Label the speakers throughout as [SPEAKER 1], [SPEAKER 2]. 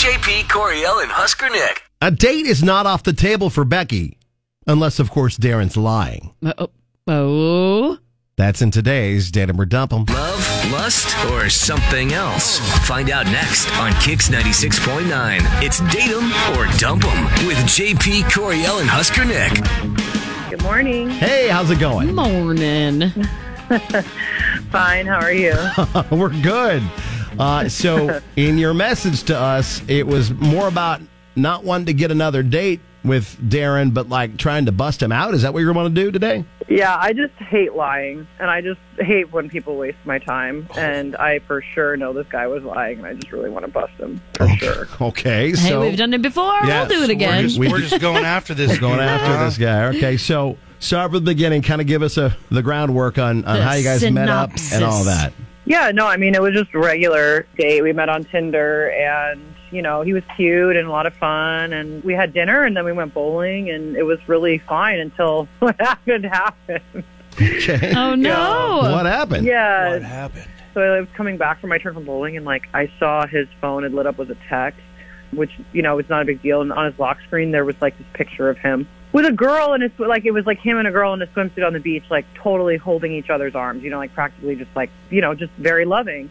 [SPEAKER 1] JP, Coriel, and Husker Nick.
[SPEAKER 2] A date is not off the table for Becky, unless, of course, Darren's lying.
[SPEAKER 3] Oh, oh.
[SPEAKER 2] That's in today's Datum or Dump 'em.
[SPEAKER 1] Love, lust, or something else? Find out next on Kix 96.9. It's Date 'em or Dump 'em with JP, Coriel, and Husker Nick.
[SPEAKER 4] Good morning.
[SPEAKER 2] Hey, how's it going?
[SPEAKER 3] morning.
[SPEAKER 4] Fine. How are you?
[SPEAKER 2] We're good. Uh, so, in your message to us, it was more about not wanting to get another date with Darren, but like trying to bust him out. Is that what you're going to do today?
[SPEAKER 4] yeah, I just hate lying, and I just hate when people waste my time. And I for sure know this guy was lying, and I just really want to bust him for sure.
[SPEAKER 2] Okay.
[SPEAKER 3] Hey,
[SPEAKER 2] so
[SPEAKER 3] we've done it before.
[SPEAKER 2] Yes,
[SPEAKER 3] we'll do it
[SPEAKER 5] We're
[SPEAKER 3] again.
[SPEAKER 5] just, we're just going after this.
[SPEAKER 2] going after this guy. Okay, so start from the beginning. Kind of give us a the groundwork on, on
[SPEAKER 3] The
[SPEAKER 2] how you guys met up and all
[SPEAKER 3] synopsis.
[SPEAKER 2] that.
[SPEAKER 4] Yeah, no, I mean it was just a regular date. We met on Tinder, and you know he was cute and a lot of fun, and we had dinner, and then we went bowling, and it was really fine until what happened happened.
[SPEAKER 2] Okay.
[SPEAKER 3] oh, no.
[SPEAKER 2] What happened?
[SPEAKER 4] Yeah,
[SPEAKER 5] What happened?
[SPEAKER 4] So I was coming back from my turn from bowling, and like I saw his phone had lit up with a text, which you know was not a big deal. And on his lock screen, there was like this picture of him with a girl in his like it was like him and a girl in a swimsuit on the beach, like totally holding each other's arms. You know, like practically just like you know just very loving.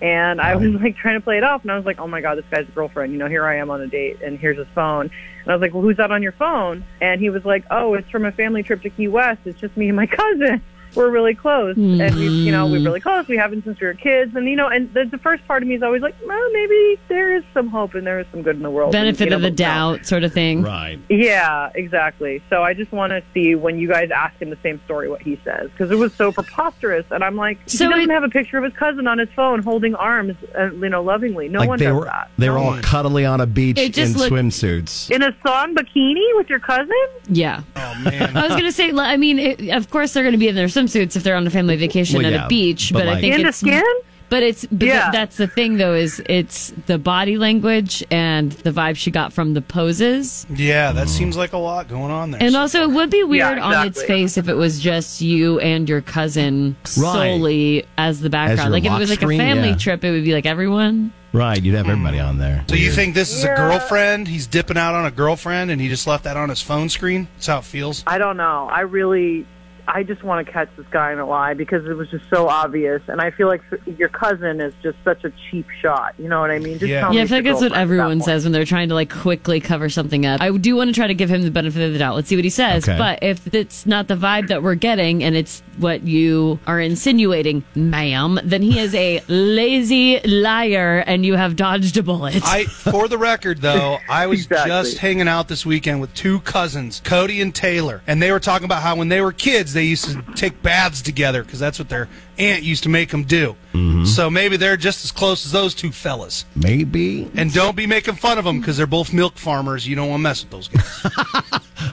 [SPEAKER 4] And I was like trying to play it off, and I was like, "Oh my god, this guy's a girlfriend." You know, here I am on a date, and here's his phone. And I was like, "Well, who's that on your phone?" And he was like, "Oh, it's from a family trip to Key West. It's just me and my cousin. We're really close, and we, you know,
[SPEAKER 3] Mm.
[SPEAKER 4] we're really close. We haven't since we were kids. And you know, and the, the first part of me is always like, well, maybe there is some hope, and there is some good in the world. And,
[SPEAKER 3] Benefit
[SPEAKER 4] you
[SPEAKER 3] of the
[SPEAKER 4] know, but no.
[SPEAKER 3] doubt, sort of thing.
[SPEAKER 2] Right.
[SPEAKER 4] Yeah, exactly. So I just want to see when you guys ask him the same story what he says because it was so preposterous, and I'm like,
[SPEAKER 3] So
[SPEAKER 4] he doesn't
[SPEAKER 3] it-
[SPEAKER 4] have a picture of his cousin on his phone holding arms, uh, you know, lovingly. No
[SPEAKER 2] like
[SPEAKER 4] one
[SPEAKER 2] they
[SPEAKER 4] does
[SPEAKER 2] were
[SPEAKER 4] that.
[SPEAKER 2] they were all cuddly on a beach in
[SPEAKER 3] It just looked-
[SPEAKER 2] swimsuits.
[SPEAKER 4] In a song bikini with your cousin?
[SPEAKER 3] Yeah.
[SPEAKER 5] Oh man.
[SPEAKER 3] I was going to say, li- I mean, it, of course they're going to be in their swimsuits if they're on a family vacation
[SPEAKER 2] Well,
[SPEAKER 3] at
[SPEAKER 2] yeah,
[SPEAKER 3] a beach,
[SPEAKER 2] but
[SPEAKER 3] but,
[SPEAKER 2] like-
[SPEAKER 3] I think
[SPEAKER 4] In the
[SPEAKER 3] it's.
[SPEAKER 4] skin?
[SPEAKER 3] But it's but
[SPEAKER 4] Yeah.
[SPEAKER 3] th- that's the thing though is it's the body language and the vibe she got from the poses,
[SPEAKER 5] yeah, that seems like a lot going on there.
[SPEAKER 3] and also it would be weird on its
[SPEAKER 4] exactly.
[SPEAKER 3] face if it was just you and your cousin solely as the background.
[SPEAKER 2] your
[SPEAKER 3] like if it
[SPEAKER 2] lock
[SPEAKER 3] was like
[SPEAKER 2] screen,
[SPEAKER 3] a family
[SPEAKER 2] yeah.
[SPEAKER 3] trip, it would be like everyone.
[SPEAKER 2] Right, you'd have everybody on there.
[SPEAKER 5] so you think this is a
[SPEAKER 4] Yeah.
[SPEAKER 5] girlfriend? He's dipping out on a girlfriend, and he just left that on his phone screen. That's how it feels.
[SPEAKER 4] I don't know. I really, I just want to catch this guy in a lie because it was just so obvious, and I feel like your cousin is just such a cheap shot. You know what I mean? Just
[SPEAKER 5] Yeah.
[SPEAKER 4] tell me
[SPEAKER 3] Yeah, I
[SPEAKER 4] it's
[SPEAKER 3] feel like
[SPEAKER 4] your
[SPEAKER 3] that's what
[SPEAKER 4] girlfriend at that
[SPEAKER 3] everyone
[SPEAKER 4] point.
[SPEAKER 3] says when they're trying to like quickly cover something up. I do want to try to give him the benefit of the doubt. Let's see what he says.
[SPEAKER 2] Okay.
[SPEAKER 3] But if it's not the vibe that we're getting and it's what you are insinuating, ma'am, then he is a lazy liar and you have dodged a bullet.
[SPEAKER 5] I, for the record, though, I was
[SPEAKER 4] Exactly.
[SPEAKER 5] just hanging out this weekend with two cousins, Cody and Taylor, and they were talking about how when they were kids they used to take baths together because that's what their aunt used to make them do.
[SPEAKER 2] Mm-hmm.
[SPEAKER 5] So maybe they're just as close as those two fellas.
[SPEAKER 2] Maybe.
[SPEAKER 5] And don't be making fun of them because they're both milk farmers. You don't want to mess with those guys.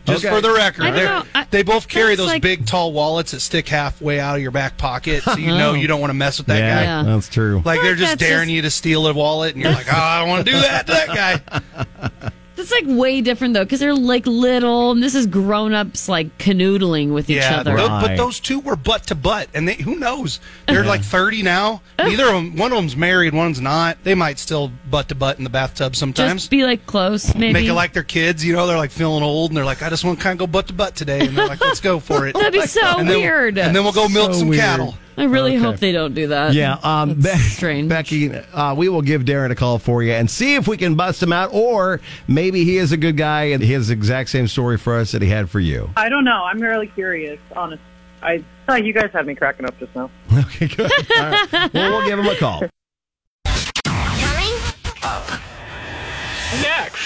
[SPEAKER 5] Just
[SPEAKER 2] Okay.
[SPEAKER 5] for the record,
[SPEAKER 3] I don't
[SPEAKER 5] they're-
[SPEAKER 3] know. I-
[SPEAKER 5] they both carry
[SPEAKER 3] that's
[SPEAKER 5] those
[SPEAKER 3] like-
[SPEAKER 5] big, tall wallets that stick halfway out of your back pocket, so you know you don't want to mess with that
[SPEAKER 2] yeah,
[SPEAKER 5] guy.
[SPEAKER 3] Uh-huh. Yeah.
[SPEAKER 2] that's true.
[SPEAKER 5] Like
[SPEAKER 3] I
[SPEAKER 5] they're
[SPEAKER 3] feel like
[SPEAKER 5] just
[SPEAKER 3] that's
[SPEAKER 5] daring
[SPEAKER 3] just-
[SPEAKER 5] you to steal a wallet, and you're like, "Oh, I don't want to do that to that guy."
[SPEAKER 3] That's like way different though, because they're like little, and this is grown ups like canoodling with each
[SPEAKER 5] Yeah,
[SPEAKER 3] other.
[SPEAKER 5] tho-
[SPEAKER 2] Right.
[SPEAKER 5] but those two were butt to butt, and they who knows? They're like thirty now. Neither of them. One of them's married, one's not. They might still butt to butt in the bathtub sometimes.
[SPEAKER 3] Just be like close, maybe.
[SPEAKER 5] Make it like their kids, you know, they're like feeling old and they're like, I just want to kind of go butt to butt today. And they're like, let's go for it.
[SPEAKER 3] That'd be so
[SPEAKER 5] and then,
[SPEAKER 3] weird.
[SPEAKER 5] And then we'll go "Oh, milk
[SPEAKER 2] So
[SPEAKER 5] some
[SPEAKER 2] weird.
[SPEAKER 5] cattle.
[SPEAKER 3] I really hope they don't do that.
[SPEAKER 2] yeah, um,
[SPEAKER 3] That's
[SPEAKER 2] Be-
[SPEAKER 3] strange.
[SPEAKER 2] Becky, uh, we will give Darren a call for you and see if we can bust him out, or maybe he is a good guy and he has the exact same story for us that he had for you.
[SPEAKER 4] I don't know. I'm really curious, honestly. I oh, you guys had me cracking up just now.
[SPEAKER 2] Okay, good. All right. Well, we'll give him a call.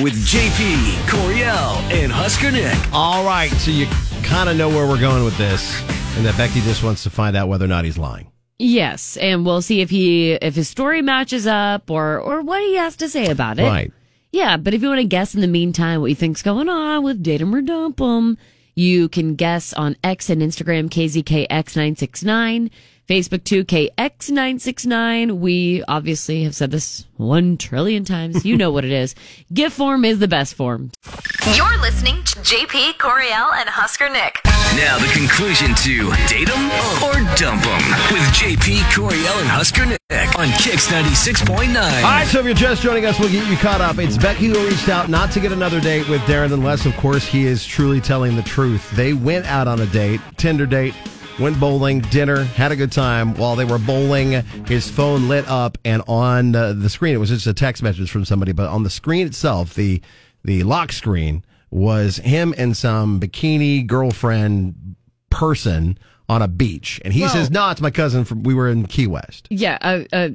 [SPEAKER 1] With JP, Coriel, and Husker Nick.
[SPEAKER 2] All right, so you kind of know where we're going with this, and that Becky just wants to find out whether or not he's lying.
[SPEAKER 3] Yes, and we'll see if he if his story matches up or or what he has to say about it.
[SPEAKER 2] Right.
[SPEAKER 3] Yeah, but if you want to guess in the meantime what you think's going on with Datum or Dump 'em, you can guess on X and Instagram KZKX969, Facebook 2 KX969. We obviously have said this 1 trillion times. You know what it is. GIF form is the best form.
[SPEAKER 6] You're listening to JP Coriel and Husker Nick.
[SPEAKER 1] Now the conclusion to date 'em or dump 'em with JP Coriel and Husker Nick on Kicks ninety six point nine.
[SPEAKER 2] All right, so if you're just joining us, we'll get you caught up. It's Becky who reached out not to get another date with Darren, unless, of course, he is truly telling the truth. They went out on a date, Tinder date, went bowling, dinner, had a good time. While they were bowling, his phone lit up, and on uh, the screen, it was just a text message from somebody, but on the screen itself, the the lock screen was him and some bikini girlfriend person on a beach, and he says, "No, it's my cousin from. We were in Key West."
[SPEAKER 3] Yeah. Uh, uh,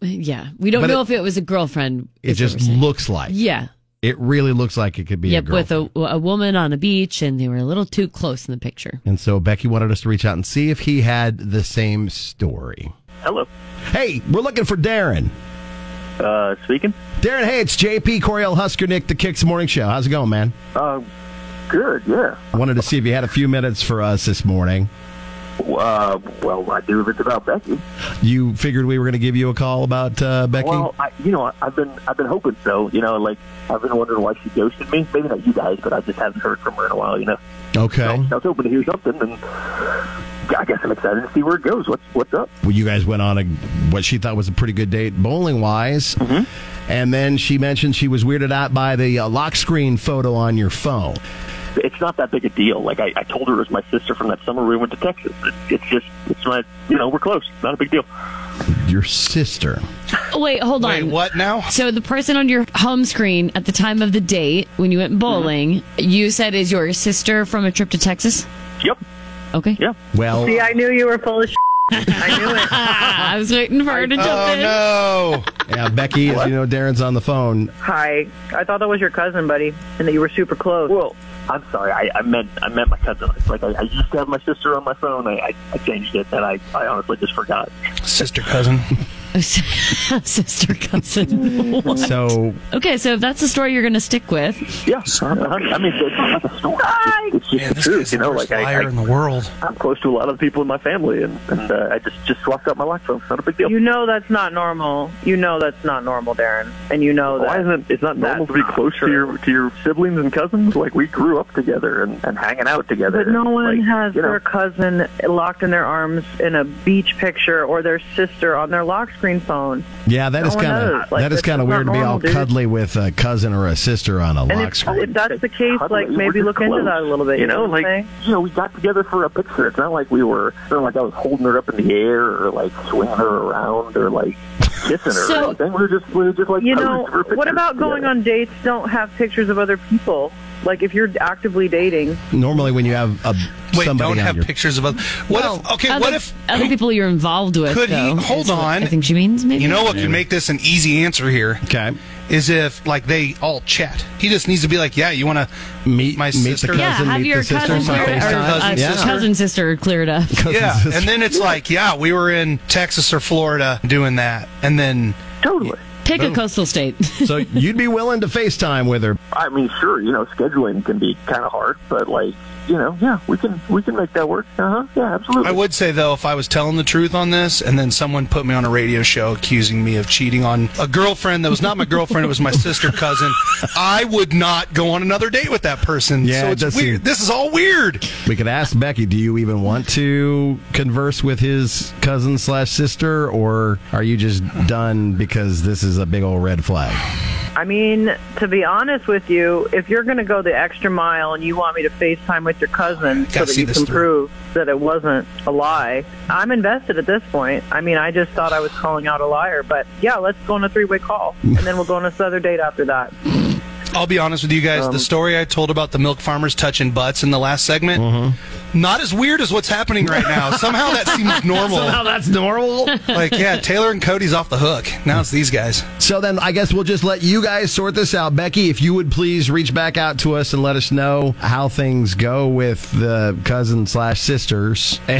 [SPEAKER 3] yeah. We don't
[SPEAKER 2] But
[SPEAKER 3] know
[SPEAKER 2] it-
[SPEAKER 3] if it was a girlfriend.
[SPEAKER 2] It
[SPEAKER 3] is what
[SPEAKER 2] just
[SPEAKER 3] we're saying.
[SPEAKER 2] looks like.
[SPEAKER 3] Yeah.
[SPEAKER 2] It really looks like it could be a
[SPEAKER 3] Yep.
[SPEAKER 2] girl.
[SPEAKER 3] With a, a woman on a beach, and they were a little too close in the picture.
[SPEAKER 2] and so Becky wanted us to reach out and see if he had the same story.
[SPEAKER 6] Hello.
[SPEAKER 2] Hey, we're looking for Darren.
[SPEAKER 6] Uh, speaking.
[SPEAKER 2] Darren, hey, it's JP Coriel Husker Nick, the Kicks Morning Show. How's it going, man?
[SPEAKER 6] Uh, good. Yeah.
[SPEAKER 2] Wanted to see if you had a few minutes for us this morning.
[SPEAKER 6] Uh, well, I do if it's about Becky.
[SPEAKER 2] You figured we were going to give you a call about uh, Becky.
[SPEAKER 6] Well, I, you know, I've been I've been hoping so. You know, like I've been wondering why she ghosted me. Maybe not you guys, but I just haven't heard from her in a while. You know,
[SPEAKER 2] okay.
[SPEAKER 6] I was hoping to hear something, and yeah, I guess I'm excited to see where it goes. What's what's up?
[SPEAKER 2] Well, you guys went on a what she thought was a pretty good date bowling wise, and then she mentioned she was weirded out by the uh, lock screen photo on your phone.
[SPEAKER 6] It's not that big a deal. Like I, I told her, it was my sister from that summer we went to Texas. It, it's just it's my you know we're close. Not a big deal.
[SPEAKER 2] Your sister.
[SPEAKER 3] Wait, hold
[SPEAKER 5] Wait,
[SPEAKER 3] on.
[SPEAKER 5] what now?
[SPEAKER 3] So the person on your home screen at the time of the date when you
[SPEAKER 5] Mm-hmm.
[SPEAKER 3] went bowling, you said is your sister from a trip to Texas?
[SPEAKER 6] Yep.
[SPEAKER 3] Okay.
[SPEAKER 6] Yeah.
[SPEAKER 2] Well,
[SPEAKER 4] See, I knew you were full of shit. I knew it.
[SPEAKER 3] I was waiting for her to jump
[SPEAKER 5] Oh
[SPEAKER 3] in.
[SPEAKER 5] no!
[SPEAKER 2] yeah, Becky, as you know, Darren's on the phone.
[SPEAKER 4] Hi. I thought that was your cousin, buddy, and that you were super close.
[SPEAKER 6] Well, I'm sorry. I, I meant I meant my cousin. It's like I, I used to have my sister on my phone. I, I, I changed it, and I, I honestly just forgot.
[SPEAKER 5] Sister cousin.
[SPEAKER 3] Sister cousin. What?
[SPEAKER 2] So
[SPEAKER 3] okay, so if that's the story you're going to stick with,
[SPEAKER 6] Yeah, uh-huh. I mean, it's not a story. It's just
[SPEAKER 5] Man,
[SPEAKER 6] the
[SPEAKER 5] this
[SPEAKER 6] truth,
[SPEAKER 5] guy's
[SPEAKER 6] you
[SPEAKER 5] the
[SPEAKER 6] know.
[SPEAKER 5] worst
[SPEAKER 6] Like I,
[SPEAKER 5] liar in
[SPEAKER 6] I,
[SPEAKER 5] the world.
[SPEAKER 6] I'm close to a lot of the people in my family, and, and uh, I just just swapped out my life phone. It's not a big deal.
[SPEAKER 4] You know that's not normal. You know that's not normal, Darren. And you know that.
[SPEAKER 6] Why isn't it's not normal to be close to your to your siblings and cousins? Like we grew up together and, and hanging out together.
[SPEAKER 4] But no
[SPEAKER 6] and,
[SPEAKER 4] one
[SPEAKER 6] like,
[SPEAKER 4] has
[SPEAKER 6] you know,
[SPEAKER 4] their cousin locked in their arms in a beach picture or their sister on their lock screen phone.
[SPEAKER 2] yeah, that
[SPEAKER 4] No
[SPEAKER 2] is
[SPEAKER 4] one
[SPEAKER 2] kind
[SPEAKER 4] knows.
[SPEAKER 2] of
[SPEAKER 4] Like,
[SPEAKER 2] that is
[SPEAKER 4] that's
[SPEAKER 2] kind of
[SPEAKER 4] just
[SPEAKER 2] weird to
[SPEAKER 4] not
[SPEAKER 2] be all
[SPEAKER 4] normal, dude.
[SPEAKER 2] cuddly with a cousin or a sister on a
[SPEAKER 4] And
[SPEAKER 2] lock
[SPEAKER 4] if,
[SPEAKER 2] screen.
[SPEAKER 4] if that's the case,
[SPEAKER 6] cuddly,
[SPEAKER 4] like
[SPEAKER 6] we're
[SPEAKER 4] maybe
[SPEAKER 6] just
[SPEAKER 4] look into
[SPEAKER 6] close.
[SPEAKER 4] that a little bit.
[SPEAKER 6] You know,
[SPEAKER 4] what I'm
[SPEAKER 6] like
[SPEAKER 4] saying?
[SPEAKER 6] you know, we got together for a picture. It's not like we were, it's not like I was holding her up in the air or like swinging her around or like kissing her
[SPEAKER 3] So-
[SPEAKER 6] or anything. We were just, we were just like,
[SPEAKER 4] you
[SPEAKER 6] posing
[SPEAKER 4] know,
[SPEAKER 6] for pictures
[SPEAKER 4] what about going
[SPEAKER 6] together.
[SPEAKER 4] on dates? Don't have pictures of other people. Like if you're actively dating,
[SPEAKER 2] Normally, when you have a
[SPEAKER 5] Wait,
[SPEAKER 2] somebody
[SPEAKER 5] don't
[SPEAKER 2] on
[SPEAKER 5] have
[SPEAKER 2] your
[SPEAKER 5] pictures of other. What if? Okay,
[SPEAKER 3] oh, other,
[SPEAKER 5] what if?
[SPEAKER 3] other people you're involved with?
[SPEAKER 5] Could he-
[SPEAKER 3] though,
[SPEAKER 5] hold
[SPEAKER 3] is what
[SPEAKER 5] on.
[SPEAKER 3] I think she means maybe.
[SPEAKER 5] You know what could make this an easy answer here
[SPEAKER 2] okay,
[SPEAKER 5] is if like they all chat. He just needs to be like, yeah, you want to
[SPEAKER 2] meet
[SPEAKER 5] My
[SPEAKER 2] meet
[SPEAKER 5] sister.
[SPEAKER 2] the cousin,
[SPEAKER 3] yeah, have
[SPEAKER 2] meet
[SPEAKER 3] your
[SPEAKER 2] the sister
[SPEAKER 3] cousin
[SPEAKER 2] on
[SPEAKER 3] cleared or,
[SPEAKER 5] Sister,
[SPEAKER 2] FaceTime.
[SPEAKER 3] uh,
[SPEAKER 5] cousin,
[SPEAKER 2] yeah.
[SPEAKER 3] cousin sister cleared up.
[SPEAKER 5] Yeah,
[SPEAKER 2] Sister.
[SPEAKER 5] and then it's like, yeah, we were in Texas or Florida doing that, and then
[SPEAKER 6] Totally.
[SPEAKER 3] Pick a coastal state.
[SPEAKER 2] so you'd be willing to FaceTime with her.
[SPEAKER 6] I mean, sure, you know, scheduling can be kind of hard, but like, you know, yeah, we can we can make that work. Uh huh. Yeah, absolutely.
[SPEAKER 5] I would say though, if I was telling the truth on this, and then someone put me on a radio show accusing me of cheating on a girlfriend that was not my girlfriend, it was my sister cousin, I would not go on another date with that person.
[SPEAKER 2] Yeah, it
[SPEAKER 5] so it's
[SPEAKER 2] does
[SPEAKER 5] weird.
[SPEAKER 2] seem-
[SPEAKER 5] This is all weird.
[SPEAKER 2] We could ask Becky, do you even want to converse with his cousin slash sister, or are you just done because this is a big old red flag?
[SPEAKER 4] I mean, to be honest with you, if you're going to go the extra mile and you want me to FaceTime with your cousin so
[SPEAKER 5] Gotta
[SPEAKER 4] that
[SPEAKER 5] see
[SPEAKER 4] you
[SPEAKER 5] this
[SPEAKER 4] can
[SPEAKER 5] through.
[SPEAKER 4] prove that it wasn't a lie, I'm invested at this point. I mean, I just thought I was calling out a liar, but yeah, let's go on a three way call and then we'll go on this other date after that.
[SPEAKER 5] I'll be honest with you guys. the story I told about the milk farmers touching butts in the last segment,
[SPEAKER 2] Mm-hmm.
[SPEAKER 5] not as weird as what's happening right now. Somehow that seems normal.
[SPEAKER 2] that's normal.
[SPEAKER 5] like, yeah, Taylor and Cody's off the hook. Now it's these guys.
[SPEAKER 2] So then I guess we'll just let you guys sort this out. Becky, if you would please reach back out to us and let us know how things go with the cousin slash sisters.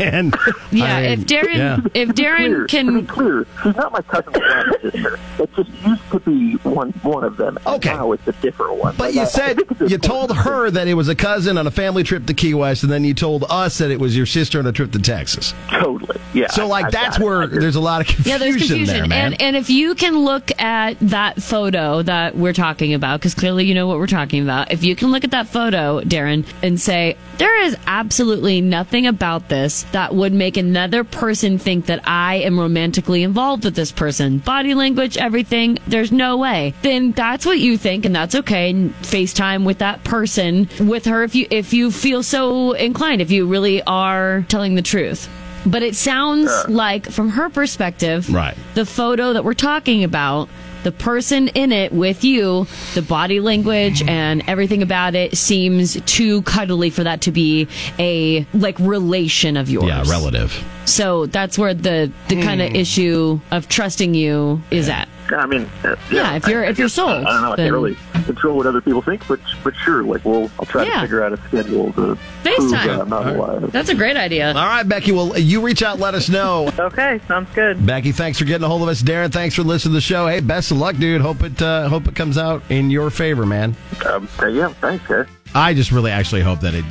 [SPEAKER 2] And
[SPEAKER 3] Yeah,
[SPEAKER 2] I mean,
[SPEAKER 3] if Darren,
[SPEAKER 2] yeah.
[SPEAKER 3] if
[SPEAKER 6] clear,
[SPEAKER 3] Darren
[SPEAKER 6] to be
[SPEAKER 3] can,
[SPEAKER 6] clear, she's not my cousin's sister. It just used to be one one of them. and
[SPEAKER 2] Okay.
[SPEAKER 6] Now it's a different one.
[SPEAKER 2] But you
[SPEAKER 6] I- I
[SPEAKER 2] said
[SPEAKER 6] think at this
[SPEAKER 2] you
[SPEAKER 6] point-
[SPEAKER 2] told her that it was a cousin on a family trip to Key West, and then you told us that it was your sister on a trip to Texas.
[SPEAKER 6] totally. Yeah.
[SPEAKER 2] So
[SPEAKER 6] I-
[SPEAKER 2] like
[SPEAKER 6] I
[SPEAKER 2] that's
[SPEAKER 6] got it.
[SPEAKER 2] where
[SPEAKER 6] I just-
[SPEAKER 2] there's a lot of confusion.
[SPEAKER 3] Yeah, there's confusion.
[SPEAKER 2] there, man.
[SPEAKER 3] And and if you can look at that photo that we're talking about, because clearly you know what we're talking about, if you can look at that photo, Darren, and say, there is absolutely nothing about this that would make another person think that I am romantically involved with this person. Body language, everything, there's no way. Then that's what you think, and that's okay. And FaceTime with that person, with her if you if you feel so inclined, if you really are telling the truth. But it sounds like, from her perspective,
[SPEAKER 2] Right.
[SPEAKER 3] the photo that we're talking about, the person in it with you, the body language and everything about it seems too cuddly for that to be a like relation of yours.
[SPEAKER 2] yeah, relative.
[SPEAKER 3] So that's where the the kind of issue of trusting you is at.
[SPEAKER 6] I mean, uh,
[SPEAKER 3] Yeah, if you're-
[SPEAKER 6] I- I
[SPEAKER 3] if you're
[SPEAKER 6] guess,
[SPEAKER 3] sold,
[SPEAKER 6] I don't know. I
[SPEAKER 3] then-
[SPEAKER 6] can't really control what other people think, but but sure, like, well, I'll try
[SPEAKER 3] Yeah.
[SPEAKER 6] to figure out a schedule to prove
[SPEAKER 3] FaceTime.
[SPEAKER 6] that I'm not alive.
[SPEAKER 3] That's a great idea.
[SPEAKER 2] All right, Becky. Well, you reach out, let us know.
[SPEAKER 4] Okay, sounds good.
[SPEAKER 2] Becky, thanks for getting a hold of us. Darren, thanks for listening to the show. Hey, best of luck, dude. Hope it uh, hope it comes out in your favor, man.
[SPEAKER 6] Um, uh, yeah, thanks, guys.
[SPEAKER 2] I just really actually hope that it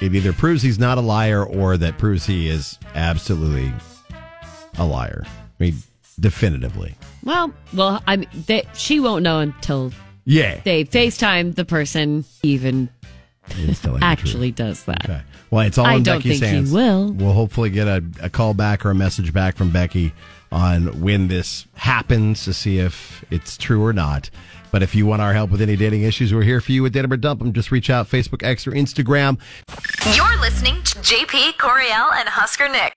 [SPEAKER 2] it either proves he's not a liar or that proves he is absolutely a liar. I mean, definitively.
[SPEAKER 3] Well, well, I'm. They, she won't know until
[SPEAKER 2] Yeah.
[SPEAKER 3] they Facetime the person even
[SPEAKER 2] It's telling the truth.
[SPEAKER 3] actually does that.
[SPEAKER 2] Okay. Well, it's all
[SPEAKER 3] I
[SPEAKER 2] in
[SPEAKER 3] don't
[SPEAKER 2] Becky's
[SPEAKER 3] think he
[SPEAKER 2] hands.
[SPEAKER 3] will.
[SPEAKER 2] We'll hopefully get a, a call back or a message back from Becky on when this happens to see if it's true or not. But if you want our help with any dating issues, we're here for you at Datum or Dump 'Em. Just reach out Facebook, X, or Instagram.
[SPEAKER 7] You're listening to JP Coriel and Husker Nick.